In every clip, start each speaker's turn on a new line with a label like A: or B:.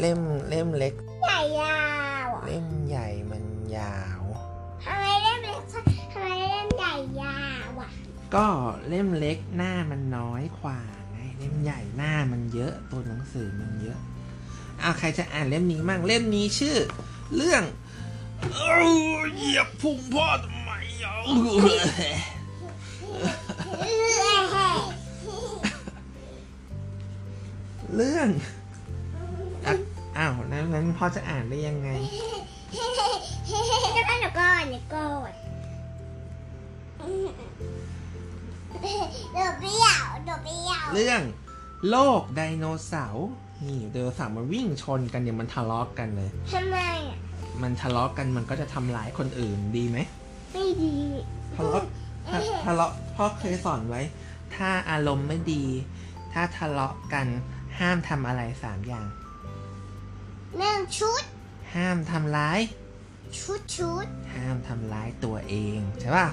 A: เล่มเล่มเล็ก
B: ใหญ่ยาวอะ
A: เล่มใหญ่มันยาว
B: ทำไมเล่มเล็กทำไมเล่มใหญ่ยาวอะ
A: ก็เล่มเล็กหน้ามันน้อยกว่าไงเล่มใหญ่หน้ามันเยอะตัวหนังสือมันเยอะอ่ะใครจะอ่านเล่มนี้มั่งเล่มนี้ชื่อ เรื่องเอ้าเหยียบพุงพ่อทำไมอ่ะเรื่องอ่ะอ้าวแล้วนั้นพ่อจะอ่านได้ยังไง
B: จะเป็นหนูก่อนหนูก่อนหนูเบี้ยวหนูเบี้ยว
A: เรื่องโลกไดโนเสาร์นี่ไดโนเสาร์มันวิ่งชนกันเนี่ยมันทะเลาะกกันเลย
B: ทำไมอะ
A: มันทะเลาะกกันมันก็จะทำร้ายคนอื่นดีไหม
B: ไม่ดี
A: ทะเลาะทะทะเลาะพ่อเคยสอนไว้ ถ้าอารมณ์ไม่ดี ถ้าทะเลาะกันห้ามทำอะไรสามอย่าง
B: เรื่องชุด
A: ห้ามทำร้าย
B: ชุดชุด
A: ห้ามทำร้ายตัวเองใช่ป่ะ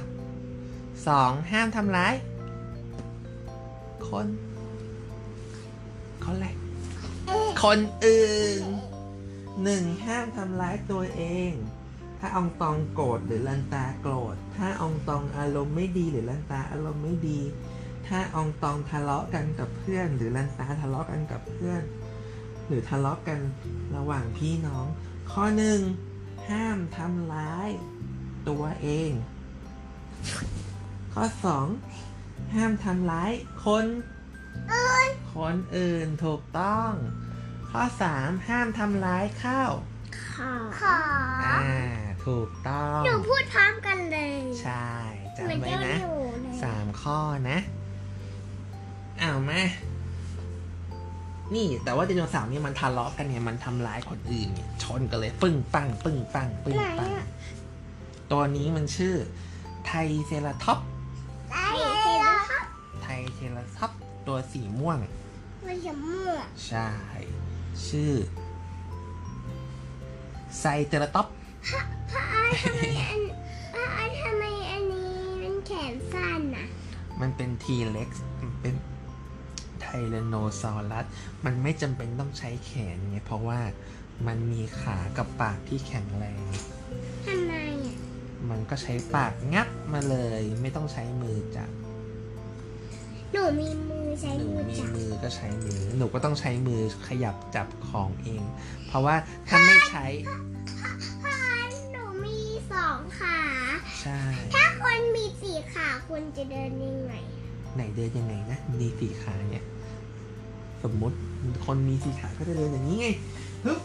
A: สองห้ามทำร้าย คนคนอะไรคนอื่นหนึ่งห้ามทำร้ายตัวเอง ถ้าอองตองโกรธหรือลันตาโกรธ ถ้าอองตองอารมณ์ไม่ดีหรือลันตาอารมณ์ไม่ดี ถ้าอองตองทะเลาะกันกับเพื่อน หรือลันตาทะเลาะกันกับเพื่อน หรือทะเลาะกันระหว่างพี่น้อง ข้อหนึ่ง ห้ามทำร้ายตัวเอง ข้อ 2 ห้ามทำร้ายคนคนอื่นถูกต้อง ข้อ 3 ห้ามทำร้ายข้าว
B: ขอขอ
A: อ่าถูกต้อง
B: หนูพูดพร้อมกันเลย
A: ใช่
B: เหมือน
A: จำไว้
B: เจ้า
A: นะ
B: อยู่เลย
A: สามข้อนะอ้าวมานี่แต่ว่าไดโนเสาร์เนี่ยมันทะเลาะกันเนี่ยมันทำร้ายคนอื่นเนี่ยชนกันเลยปึ้งปังปึ้งปังปึ้ง
B: ไหน
A: ปัง
B: อะ
A: ตัวนี้มันชื่อไทเซราท็อปส์
B: ไหนอะ
A: ไทเซราท็อปส์ตัวสีม่วง
B: มันจะมั่ว
A: ใช่ ชื่อไซเทราท็อปส์
B: พระอาร์ตทำไมอันพระอาร์ตทำไมอันนี้มันแขนสั้นน่ะ
A: มันเป็นทีเล็กมันเป็นไทเรโนซอรัส มันไม่จำเป็นต้องใช้แขนไงเพราะว่ามันมีขากับปากที่แข็งแรง
B: ทำไมอ่ะ
A: มันก็ใช้ปากงับมาเลยไม่ต้องใช้มือจับ
B: หนูมีมือใช้
A: หนู
B: มือ
A: มี
B: จับ
A: มือก็ใช้มือ หนูก็ต้องใช้มือขยับจับของเอง เพราะว่าถ้าไม่ใช้
B: พระอาร์ตหนูมีสองขา
A: ใช่
B: ถ้าคนมีสี่ขาคุณจะเดินยังไงอะ
A: ไหนเดินยังไงนะ มีสี่ขาเนี่ย สมมติคนมีสี่ขาก็จะเดินอย่างนี้ไงฮึบ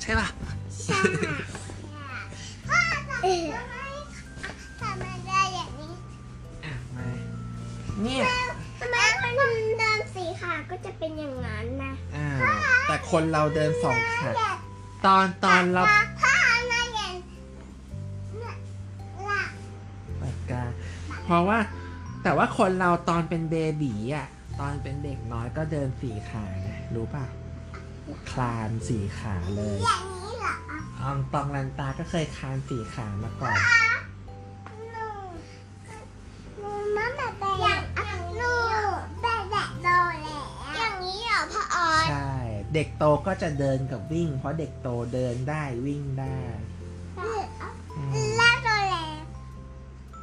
A: ใช่ป่ะ
B: ใช่พ่อทำไมทำไมได้อย่างนี้
A: อ่ะมาเนี่ย
B: ทำไมคนเดินสี่ขาก็จะเป็นอย่างนั้นนะ
A: อ่า แต่คนเราเดินสองขา ตอนตอนเรา
B: พ่ออาร์ตมาอย่างน่ะล่ะ
A: ปากกาเพราะว่าแต่ว่าคนเราตอนเป็นเบบีอ่ะ ตอนเป็นเด็กน้อยก็เดินสี่ขานะรู้ป่ะ คลานสี่ขาเลย
B: อย่างนี้เหรอ
A: อองตองลันตาก็เคยคลานสี่ขามาก่อน
B: หนูหนูมัมมาแบบอย่างหนูแบบแบบโตแล้วอย่างนี้เหรอพ่อออน
A: ใช่ เด็กโตก็จะเดินกับวิ่ง เพราะเด็กโตเดินได้วิ่งได้อืม
B: ล่าโตแล้ว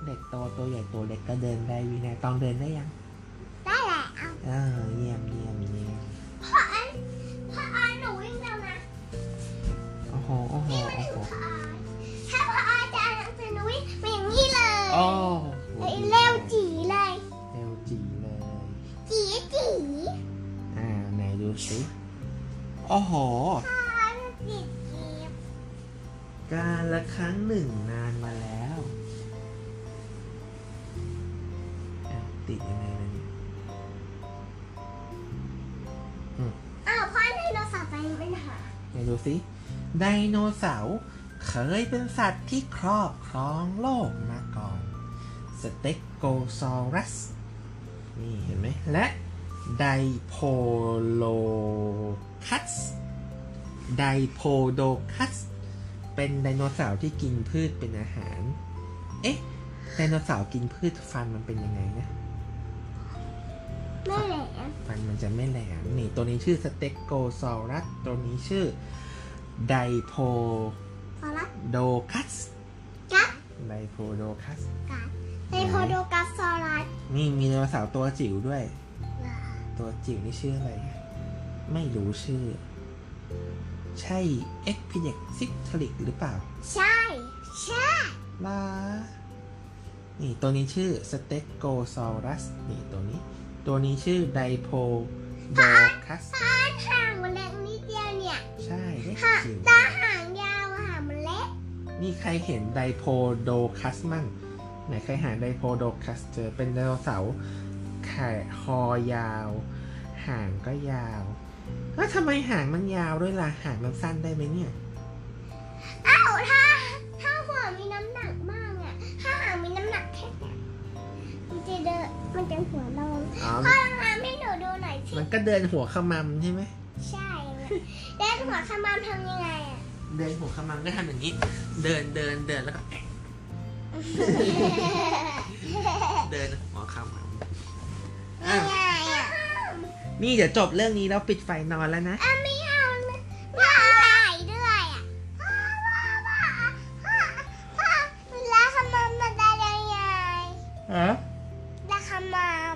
A: เด็กโตตัวใหญ่ตัวเล็กก็เดินได้วิ่งได้ตองเดินได้ยัง
B: ได้แล้ว
A: อ่าเยี่ยมเยี่ยมเยี่ยม
B: พ่อออนพ่อออนหนูวิ่งแล้วนะ
A: โอ้โหโอ้โห
B: วิ่งมา
A: โอ้
B: ถึง
A: โห
B: พ่อออนถ้าพ่อออนจะอ่านหนังสือหนูวิ่งมาอย่างนี้เลย
A: โอ้
B: เอ้ยเร็วจีเลย
A: เร็วจีเลย
B: จีจี
A: อ่าไหนดูสิโอ้โห
B: พ่อออนจีจี
A: การละครั้งหนึ่งนานมาแล้วอ่ะติดยังไงนะเนี่ย
B: อ้าวพ่อไดโนเสาร์ไปมันหาย
A: ไหนดูสิไดโนเสาร์เคยเป็นสัตว์ที่ครอบครองโลกมาก่อน สเต็กโกซอรัส นี่เห็นไหม และไดโพโลคัส ไดโพโดคัส เป็นไดโนเสาร์ที่กินพืชเป็นอาหาร เอ๊ะ ไดโนเสาร์กินพืชฟันมันเป็นยังไงนะ
B: ไม่แหลม
A: ฟันมันจะไม่แหลมนี่ตัวนี้ชื่อสเต็กโกซอรัสตัวนี้ชื่อไดโพ
B: พอละ
A: โดคัส
B: กัด
A: ไดโพโดคัส
B: กัดในโพโดกัสซอรัส
A: นี่มีไดโนเสาร์ตัวจิ๋วด้วย ตัวจิ๋วนี่ชื่ออะไร ไม่รู้ชื่อ ใช่เอ็กพิเนกซิทลิกหรือเปล่า
B: ใช่ใช่
A: ล่ะนี่ตัวนี้ชื่อสเต็กโกซอรัสนี่ตัวนี้ ตัวนี้ชื่อไดโพโดคัส
B: ตาห่างมันเล็กนิดเดียวเนี่ย
A: ใช่เล็ก
B: ค่ะ
A: จิ๋ว
B: ตาห่างยาวอะค่ะมันเล็ก
A: นี่ใครเห็นไดโพโดคัสมั่งไหนใครหาไดโพโดคัสเจอเป็นไดโนเสาร์แขนคอยาว หางก็ยาวแล้วทำไมหางมันยาวด้วยล่ะ หางมันสั้นได้ไหมเนี่ย
B: อ้าวถ้าถ้าหัวมีน้ำหนักมากเนี่ยถ้าหางมีน้ำหนักแค่เนี้ยมันจะเดินมันจะหัวลง
A: อ๋อ
B: พ่อลองทำให้หนูดูหน่อยสิ
A: มันก็เดินหัวขมำใช่ไหม
B: ใช่เลยแล้วหัวขมามทำยังไงอะ
A: เดินหัวขมำก็ทำอย่างนี้ เดินเดินเดินแล้วก็แอะเดินหัวขมำ
B: ยั
A: อ้าง ว
B: ไงอ่ะ
A: นี่เดี๋ยวจบเรื่องนี้แล้วปิดไฟนอนแล้วนะ
B: อ่ะไม่เอานะไม่เอาไหลด้วยอ่ะพ่อพ่อพ่อพ่อพ่อรักขมามมาได้ยังไงรักขมาม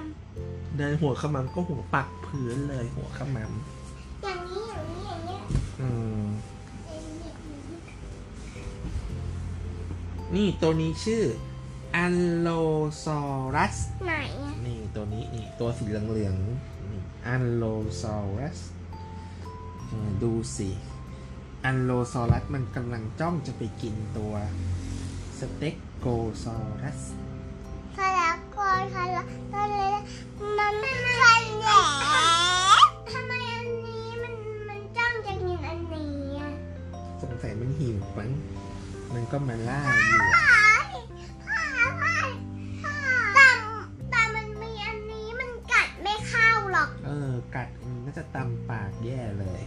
A: เดินหัวขมำก็หัวปักพื้นเลยหัวขม
B: อย่างนี้อย่างนี้อย่างนี้
A: ำอืม
B: อย่างนี้อย่างนี้
A: นี่ตัวนี้ชื่ออัลโลซอรัส
B: ไหนอ่ะ
A: นี่ตัวนี้นี่ตัวสีเหลืองๆนี่อันโลซอรัสดูสิอันโลซอรัสมันกำลังจ้องจะไปกินตัวสเต็กโกซอรัส
B: สลักกอนค่ะแล้วแล้วเลยมันมันแหลมทำไมอันนี้มันมันจ้องจะกินอันนี้อ่ะ
A: สงสัยมันหิวมั้งมันก็มาล่าอยู่
B: แต่มันมีอันนี้มันกัดไม่เข้าหรอก
A: เออ กัดมันก็จะตำปากแย่เลย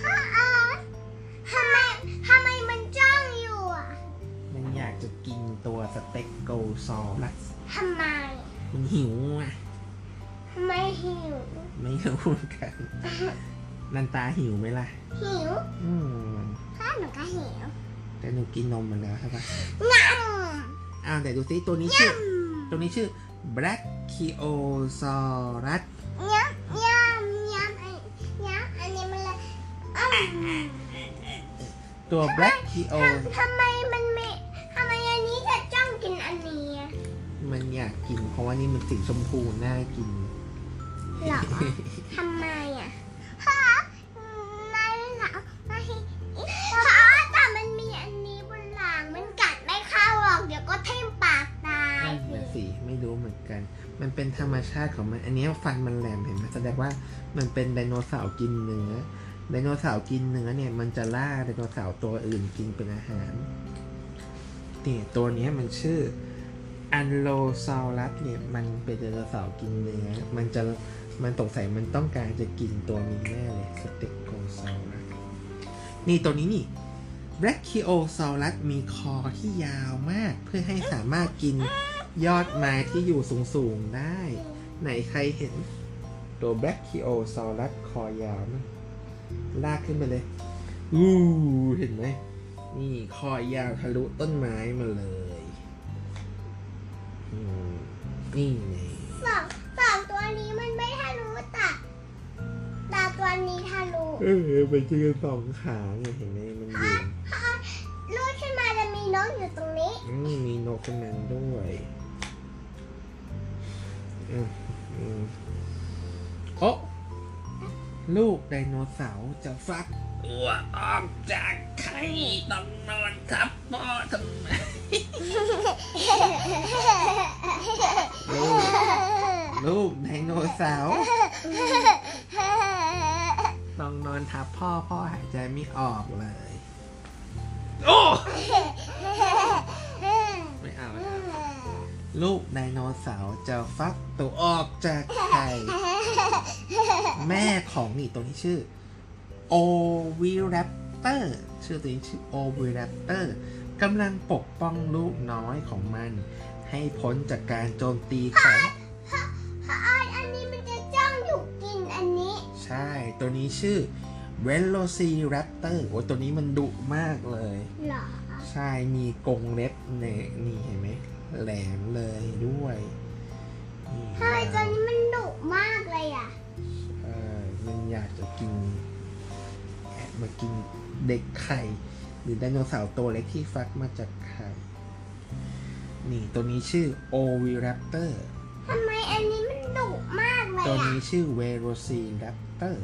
B: พ่อเอ๋ยทำไมทำไมมันจ้องอยู่อ่ะ
A: มันอยากจะกินตัวสเต็กโกซอรัส
B: ทำไม
A: มันหิวอ่ะ
B: ทำไมหิว
A: ไม่รู้เหมือนกัน นันตาหิวไหมล่ะ
B: หิว
A: อืม
B: พ่อหนูก็หิว
A: แต่หนูกินนมมันแล้วใช่ปะ
B: ง
A: อ้าวแต่ดูสิตัวนี้ชื่อ ตัวนี้ชื่อ Brachiosaurus
B: ำยำยำยำไอ้ยำอันนี้มันเลยอ้ำ
A: ตัว Brachio
B: ทำไมมันไม่ทำไมอันนี้จะจ้องกินอันนี้อะ
A: มันอยากกิน เพราะว่านี่มันสีชมพูน่ากิน
B: หรอ ทำไมอ่ะฮะไม่หรอกไม่เพราะแต่มันมีอันนี้บนหลังมันกัดไม่เข้าหรอก เดี๋ยวก็ทิ่มปากตาย
A: นั่นนะสิไม่รู้เหมือนกัน มันเป็นธรรมชาติของมัน อันนี้ฟันมันแหลมเห็นไหมแสดงว่ามันเป็นไดโนเสาร์กินเนื้อ ไดโนเสาร์กินเนื้อเนี่ยมันจะล่าไดโนเสาร์ตัวอื่นกินเป็นอาหารนี่ตัวเนี้ยมันชื่ออันโลซอรัสเนี่ยมันเป็นไดโนเสาร์กินเนื้อ มันจะมันสงสัยมันต้องการจะกินตัวมีแน่เลยสเต็กโกซอรัสนี่ตัวนี้นี่แบล็กคิโอซอรัสมีคอที่ยาวมากเพื่อให้สามารถกิน ยอดไม้ที่อยู่สูงๆได้ ไหนใครเห็น ตัวแบล็กคิโอซอรัสคอยาวมั้ยลากขึ้นมาเลย อู้เห็นไหม นี่คอยาวทะลุต้นไม้มาเลยอืมนี่ไง
B: สองสองตัวนี้มันไม่ทะลุแต่แต่ตัวนี้ทะลุ
A: เออมันยืนสองขาไงเห็นไหมมันยืน
B: เพราะรูดขึ้นมาจะมีน้องอยู่ตรงนี้
A: อืมมีนกกำนันด้วยอืมอืมโอ้ลูกไดโนเสาร์จะฟัก
C: ตัวออกจากไข่ต้องนอนทับพ่อทำไม
A: ลูกลูกไดโนเสาร์ต้องนอนทับพ่อพ่อหายใจไม่ออกเลย
C: โอ้
A: ไม่เอาแล้วลูกไดโนเสาร์จะฟักตัวออกจากไข่ แม่ของนี่ตัวนี้ชื่อโอวิแรปเตอร์ชื่อตัวนี้ชื่อโอวิแรปเตอร์กำลังปกป้องลูกน้ อยของมัน ให้พ้นจากการโจมตีของ
B: เพราะอันนี้มัน
A: ตัวนี้ชื่อ Velociraptor โอ้ยตัวนี้มันดุมากเลย
B: เหรอ
A: ใช่ มีกรงเล็บเนี่ยนี่เห็นไหม แหลมเลยด้วยนี่
B: ทำไมตัวนี้มันดุมากเลยอ่ะ
A: เออมันอยากจะกินแอบมากินเด็กไข่ หรือไดโนเสาร์ตัวเล็กที่ฟักมาจากไข่ นี่ตัวนี้ชื่อ Oviraptor
B: ทำไมอันนี้มันดุมากเลย
A: ตัว
B: อ่ะ
A: นี้ชื่อ Velociraptor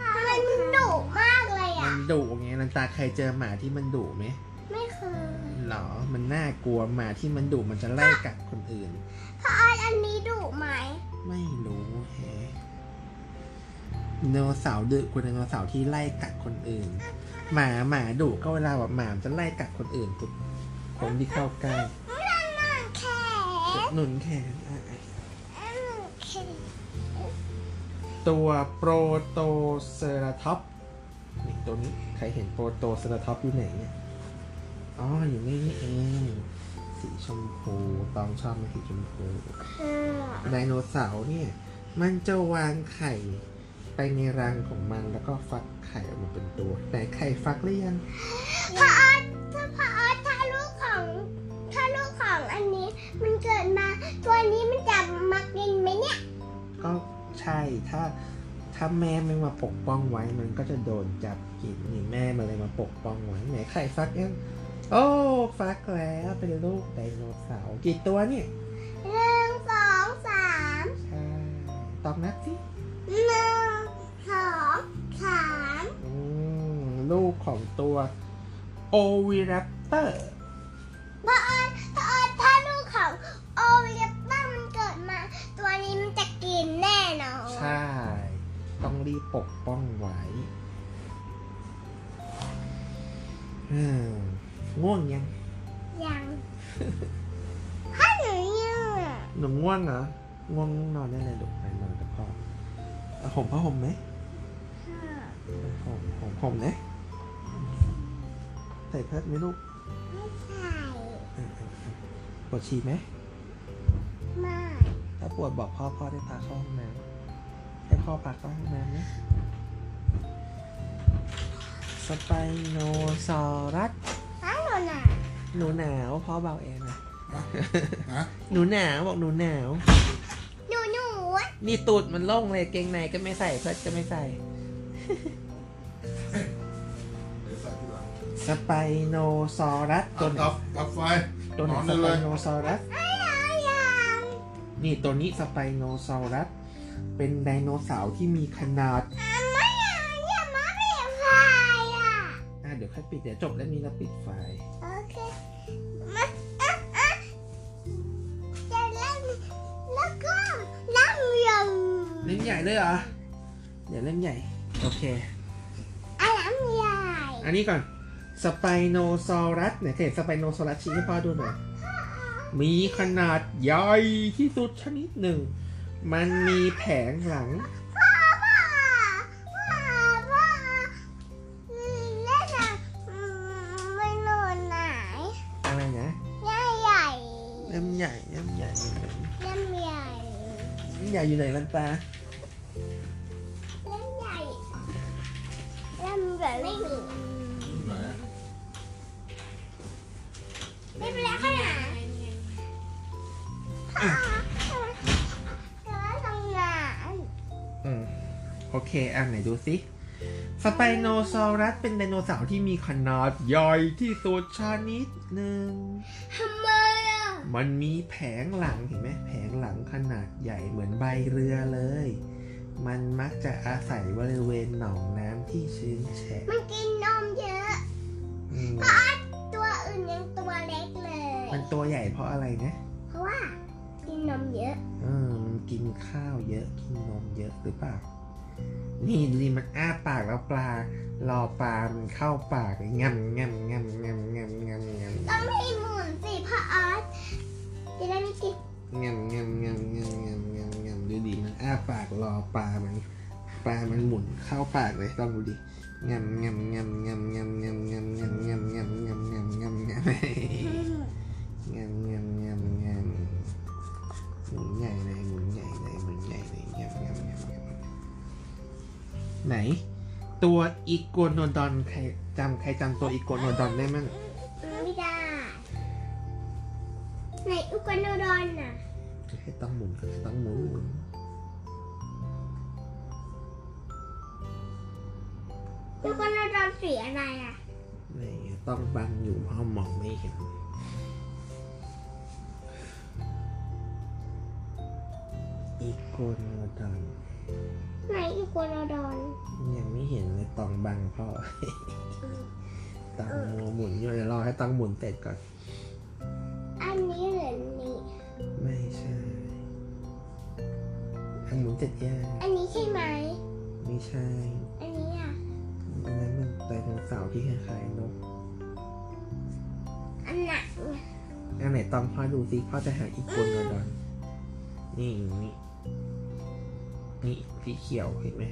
B: ทำไมมันดุมากเลย
A: มั
B: อ่ะ
A: นดุไงนันตาเคยเจอหมาที่มันดุไหม
B: ไม่เคย
A: หรอ มันน่ากลัวหมาที่มันดุมันจะไล่กัดคนอื่น
B: พ่ออ้อยอันนี้ดุไหม
A: ไม่รู้แฮะไดโนเสาร์ดุกว่าไดโนเสาร์ที่ไล่กัดคนอื่น หมาหมาดุก็เวลาแบบหมามันจะไล่กัดคนอื่นทุกคนที่เข้าใกล้
B: แขน
A: หนุนแขนอ่ะ
B: แขน
A: ตัวโปรโตเซราท็อปส์นี่ตัวนี้ใครเห็นโปรโตเซราท็อปส์อยู่ไหนเนี่ยอ๋ออยู่นี่นี่เองสีชมพูตองชอบไหมสีชมพู
B: อืม
A: ไดโนเสาร์เนี่ย มันจะวางไข่ไปในรังของมันแล้วก็ฟักไข่ออกมาเป็นตัว แต่ไข่ฟักหรือยัง
B: พ่อออดถ้าพ่อออดถ้าลูกของ ถ้าลูกของอันนี้ มันเกิดมา ตัวนี้มันจะมากินไหมเนี่ย
A: ก็ใช่ถ้าถ้าแม่ไม่มาปกป้องไว้มันก็จะโดนจับกินนี่แม่มาเลยมาปกป้องไว้ไหนไข่ฟักยังโอ้ฟักแล้วเป็นลูกไดโนเสาร์กี่ตัวเนี่ย
B: หนึ่งสองสาม
A: ใช่ตอบนับสิ
B: หนึ่งสองสาม
A: อืมลูกของตัวโอวิรัปเตอร์
B: พ่อออดพ่อออดถ้าลูกของโอเล็บบ้างมันเกิดมา ตัวนี้มันจะกินแน่นอน
A: ใช่ ต้องรีบปกป้องไว้อืมง่วงยัง
B: ยัง ถ้าหนูยัง
A: หนูง่วงเหรอ ง่วงนอนได้เลยลูกไปนอนกับพ่อเอาห่มผ้าห่มไหมห่มห่มห่มนะ ใส่ผ้าไหมลูก
B: ไม่ใส่
A: อ่ะปวดฉี่ไหม
B: ไม่
A: ถ้าปวดบอกพ่อพ่อได้พาเข้าห้องน้ำให้พ่อพาเข้าห้องน้ำนะสไปโนซอรัส
B: ถ้าหนูหนา
A: หนูหนาวพ่อเบาเองนะหนูหนาวบอกหนูหนาว
B: หนูหนูอะ
A: นี่ตูดมันโล่งเลยเกงในก็ไม่ใส่เพื่อจะไม่ใส่สไปโนซอรัสตัวไหน
D: ดับดับไฟ
A: ตัวไหน
D: นอน
A: ส
D: ได้
A: ไป
D: เลย
A: โนซอรัส
B: ไม่เอายัง
A: นี่ตัวนี้สไปโนซอรัส เป็นไดโนเสาร์ที่มีขนาด
B: ไม่เอาอย่ามาเปลี่ยนไฟอ่ะ
A: อ่ะเดี๋ยวค่อยปิดเดี๋ยวจบแล้วนี้แล้วปิดไฟล์
B: โอเคมาอ่ะอ่ะจะเล่นแล้วก็นั่งลง
A: เล่นใหญ่เลยเหรอ เดี๋ยวเล่นใหญ่ โอเค
B: อ่ะนั่งใหญ่
A: อันนี้ก่อน สไปโนซอรัสเนี่ยเคยเห็นสไปโนซอรัสชี้ให้พ่อดูหน่อย มีขนาดใหญ่ที่สุดชนิดหนึ่ง มันมีแผงหลัง
B: พ่อพ่อพ่อพ่ออืมเล่นอ่ะอืมไม่นอนไหน
A: อะไรนะ
B: ใหญ่ใหญ่
A: เล่มใหญ่เล่มใหญ่
B: เล่นใหญ่
A: เล่มใหญ่อยู่ไหนลันตา
B: เล่นใหญ่เล่นใหญ่ไม่มี
D: ไหน
B: ไม่เป็นไรขนาดพ่อเกิดตรงไหน
A: อืมโอเค อ่ะไหนดูสิ สไปโนซอรัสเป็นไดโนเสาร์ที่มีขนาดใหญ่ที่สุดชนิดหนึ่ง
B: ทำไมอ่ะ
A: มันมีแผงหลังเห็นไหมแผงหลังขนาดใหญ่เหมือนใบเรือเลย มันมักจะอาศัยบริเวณหนองน้ำที่ชื้นแฉะ
B: มันกินนมเยอะ
A: อืม
B: ตัวอื่นยังตัวเล็กเลย
A: มันตัวใหญ่เพราะอะไรนะ
B: เพราะว่ากินนมเยอะ
A: เออมันกินข้าวเยอะกินนมเยอะหรือเปล่า นี่ดูดิมันอ้าปากแล้วปลา รอปลามันเข้าปากเลยงับงับงับงับงับงับงับ
B: ต้องให้หมุนสิพ่อออสจะได้ไม่กิน
A: งับงับงับงับงับงับงับดูดิมันอ้าปากรอปลามัน ปลามันหมุนเข้าปากเลยลองดูดิงับงับงับงับงับงับงับงับงับงับงับงับงับงับ งามงามงามงามหมุนใหญ่เลยหมุนใหญ่เลยหมุนใหญ่เลยงามงามงามงาม ไหน ตัวอีโกโนดอนใครจำใครจำตัวอีโกโนดอนได้มั้ง
B: ไม่ได้ไหนอุกนดอนน่ะ
A: ให้ต้องหมุนก็ต้องหมุน
B: อุกนดอนสีอะไรอ่ะ
A: ไหนต้องบังอยู่เพราะมองไม่เห็น อีโกโนดอน
B: ไหนอุกนดอน
A: ยังไม่เห็นเลยต้องบังพ่อ ต้องหมุนอยู่เดี๋ยวรอให้ต้องหมุนเสร็จก่อน
B: อันนี้หรืออันนี้
A: ไม่ใช่อันหมุนเจ็ดแยก
B: อันนี้ใช่ไหม
A: ไม่ใช่
B: อันนี้อ่ะ
A: อันนั้นมันไดโนเสาร์ที่คล้ายๆนก
B: อันไหน
A: อันไหนต้องพ่อดูซิพ่อจะหาอีกคนก่อนนี่นี่นี่สีเขียวเห็นไหม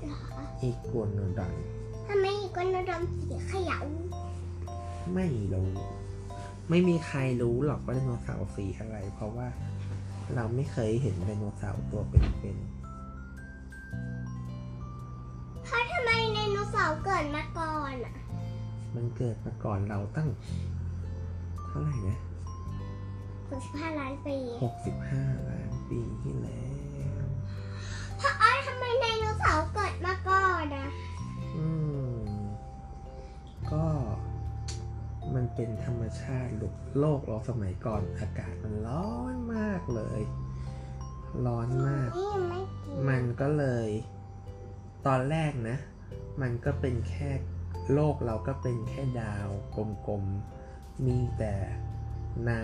B: เหรอ
A: อีกวนนดัน
B: ทำไมอุกนดอนสีเขยว
A: ไม่รู้ไม่มีใครรู้หรอกว่าไดโนเสาร์สีอะไร เพราะว่าเราไม่เคยเห็นไดโนเสาร์ตัวเป็น
B: เพราะทำไมไดโนเสาร์เกิดมาก่อนอ่ะ
A: ๆมันเกิดมาก่อนเราตั้ง เท่าไหร่นะ
B: หกสิบห้าล้านปี
A: 65ล้านปีที่แล้ว
B: เพราะอ้อยทำไมไดโนเสาร์เกิดมาก่อนอ่ะ
A: อืม ก็มันเป็นธรรมชาติลูกโลกเราสมัยก่อนอากาศมันร้อนมากเลย ร้อนมาก
B: นี่ไม่กิน
A: มันก็เลย ตอนแรกนะ มันก็เป็นแค่โลกเราก็เป็นแค่ดาวกลมๆ มีแต่น้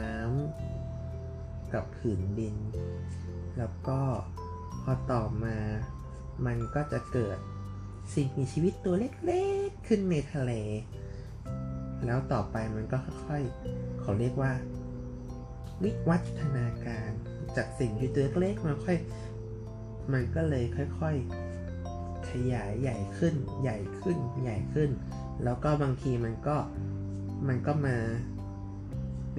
A: ำกับผืนดิน แล้วก็พอต่อมา มันก็จะเกิดสิ่งมีชีวิตตัวเล็กๆ ขึ้นในทะเล แล้วต่อไปมันก็ค่อยๆเขาเรียกว่า วิวัฒนาการจากสิ่งที่ตัวเล็กๆมันค่อย มันก็เลยค่อยๆ ขยายใหญ่ขึ้น ใหญ่ขึ้น ใหญ่ขึ้น แล้วก็บางทีมันก็มันก็มา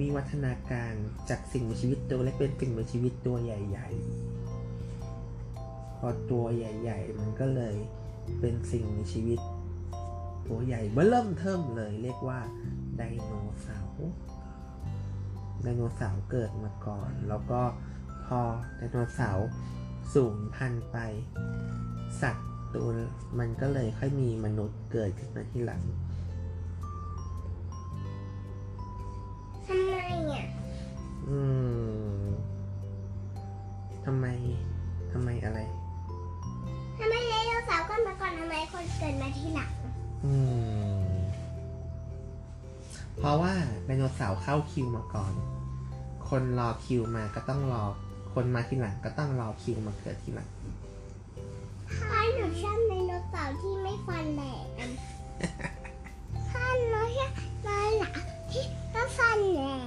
A: วิวัฒนาการจากสิ่งมีชีวิตตัวเล็กเป็นสิ่งมีชีวิตตัวใหญ่ ๆ พอตัวใหญ่ ๆ มันก็เลยเป็นสิ่งมีชีวิต ตัวใหญ่เบื้อเริ่มเทิมเลยเรียกว่าไดโนเสาร์ไดโนเสาร์เกิดมาก่อน แล้วก็พอไดโนเสาร์สูญพันธุ์ไป สัตว์ตัวมันก็เลยค่อยมีมนุษย์เกิดขึ้นมาที่หลัง
B: ทำไมอ่ะ
A: อืมทำไมทำไมอะไร
B: ทำไมไดโนเสาร์เกิดมาก่อนทำไมคนเกิดมาทีหลัง
A: อืม เพราะว่าไดโนเสาร์เข้าคิวมาก่อน คนรอคิวมาก็ต้องรอ คนมาที่หลังก็ต้องรอคิวมาเกิดที่หลัง
B: พ่อหนูชอบไดโนเสาร์ที่ไม่ฟันแหลมพ่อหนูชอบไดโนเสาร์ที่ก็ฟันแหลม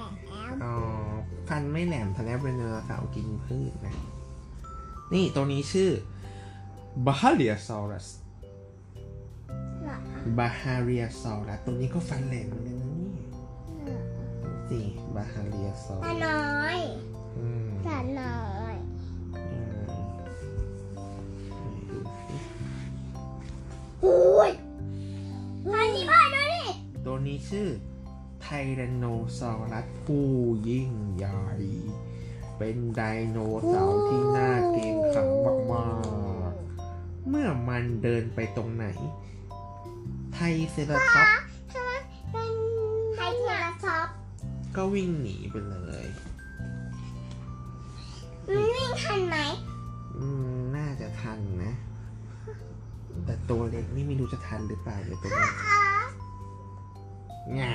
A: อ๋อฟันไม่แหลมทะเลเป็นไดโนเสาร์กินพืชนะ นี่ตัวนี้ชื่อบาฮาเรียซอรัส
B: เหรอบ
A: าฮาเรียซอรัสตัวนี้ก็ฟันแหลมเหมือนกันนะเนี่ยดูสิบาฮาเรียซอ
B: แต่
A: รัส
B: น้อย
A: อืม
B: แต่น้อย
A: อืมดูสิ
B: โอ้ยพ่อนี่พ่อดูดิ
A: ตัวนี้ชื่อไทแรนโนซอรัสผู้ยิ่งใหญ่ เป็นไดโนเสาร์ที่น่าเกรงขามมากๆ เมื่อมันเดินไปตรงไหน ไทรเซราท็อปส์
B: ทำไมเป็นไทเทราซอป
A: ก็วิ่งหนีไปเลย
B: มันวิ่งทันไหม
A: อืม น่าจะทันนะ แต่ตัวเล็กนี่ไม่รู้จะทันหรือเปล่าเลยตัวเล็ก
B: อ๋อ
A: ง่า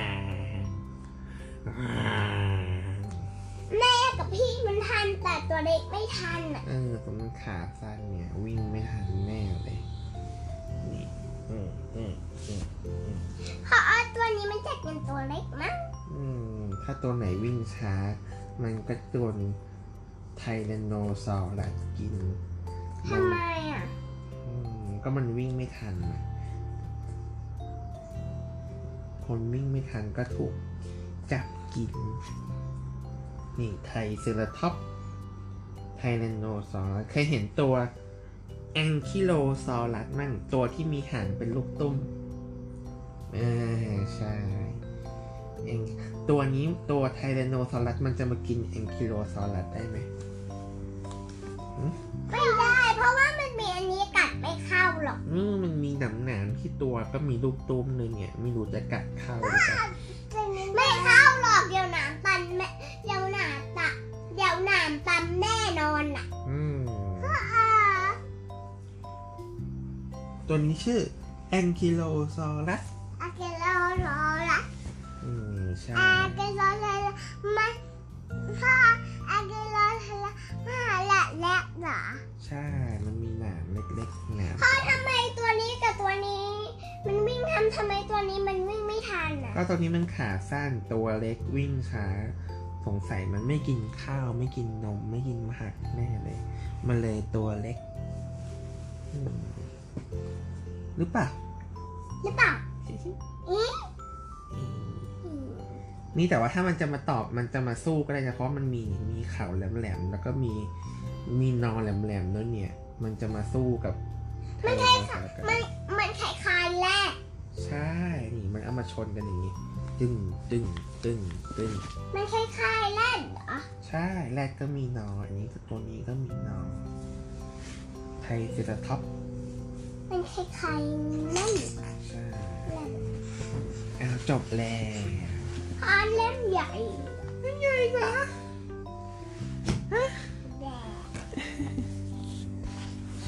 A: อ่า
B: แม่กับพี่มันทันแต่ตัวเล็กไม่ทันอ่ะ
A: เออสมมันขาสั้นเนี่ย วิ่งไม่ทันแน่เลย นี่อืมอืมอืม
B: เพราะว่าตัวนี้มันจะเป็นตัวเล็กมั้ง
A: อืม ถ้าตัวไหนวิ่งช้า มันก็โดนไทแรนโนซอรัสกิน
B: ทำไมอ่ะ
A: อืมก็มันวิ่งไม่ทันน่ะคนวิ่งไม่ทันก็ถูกจับกิน นี่ไทรเซราท็อปส์ไทแรนโนซอรัสเคยเห็นตัว แองคิโลซอรัสมั่งตัวที่มีหางเป็นลูกตุ้มเออใช่แองตัวนี้ตัวไทแรโนซอรัสมันจะมากินแองคิโลซอรัสได้ไหม
B: ไม่ได้ เพราะว่ามันมีอันนี้กัดไม่เข้าหรอก
A: อืมมันมีหนามหนามๆที่ตัวก็มีลูกตุ้มหนึ่งเนี่ยไม่รู้จะกัดเข้าหรือเปล่า
B: ไม่เข้าหรอกเดี๋ยวหนามตันแม่เดี๋ยวหนามตะเดี๋ยวหนามตันแน่นอนอ่ะ
A: อืมตัวนี้ชื่อแองกิโลซอรัส
B: อาเกลอรอละ
A: อืมใช่
B: อาเกลอละไม่พ่ออาเกลอละมาละและเหรอ
A: ใช่มันมีหนามเล็กๆหนาม
B: พ่อทำไมตัวนี้กับตัวนี้ มันวิ่งทำทำไมตัวนี้มันวิ่งไม่ทันอ่ะ
A: ก็ตัวนี้มันขาสั้นตัวเล็กวิ่งช้าสงสัยมันไม่กินข้าวไม่กินนมไม่กินผักแน่เลย มันเลยตัวเล็กอืมหรือเปล่า
B: หรือเปล่าอี
A: นี่แต่ว่าถ้ามันจะมาตอบมันจะมาสู้ก็ได้นะเพราะมันมีมีเข่าแหลมๆแล้วก็มีมีนอนแหลมๆด้วยเนี่ย มันจะมาสู้กับ
B: มันค
A: ไท
B: ล้ายๆ
A: ยรัฐ
B: มันมันคล้ายๆแรก
A: ใช่นี่มันเอามาชนกันอย่างนี้ตึงตึงตึงตึง
B: มันคล้ายๆแรกเหรอ
A: ใช่แรกก็มีนอนอันนี้ตัวนี้ก็มีนอนไทยเซราท็อปส์
B: มันคล้ายๆนั่นแหละ
A: ใช่เอาจบแล้ว
B: พอนเล่มใหญ่เล่มใหญ่ปะ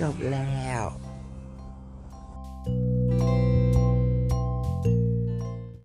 A: จบแล้ว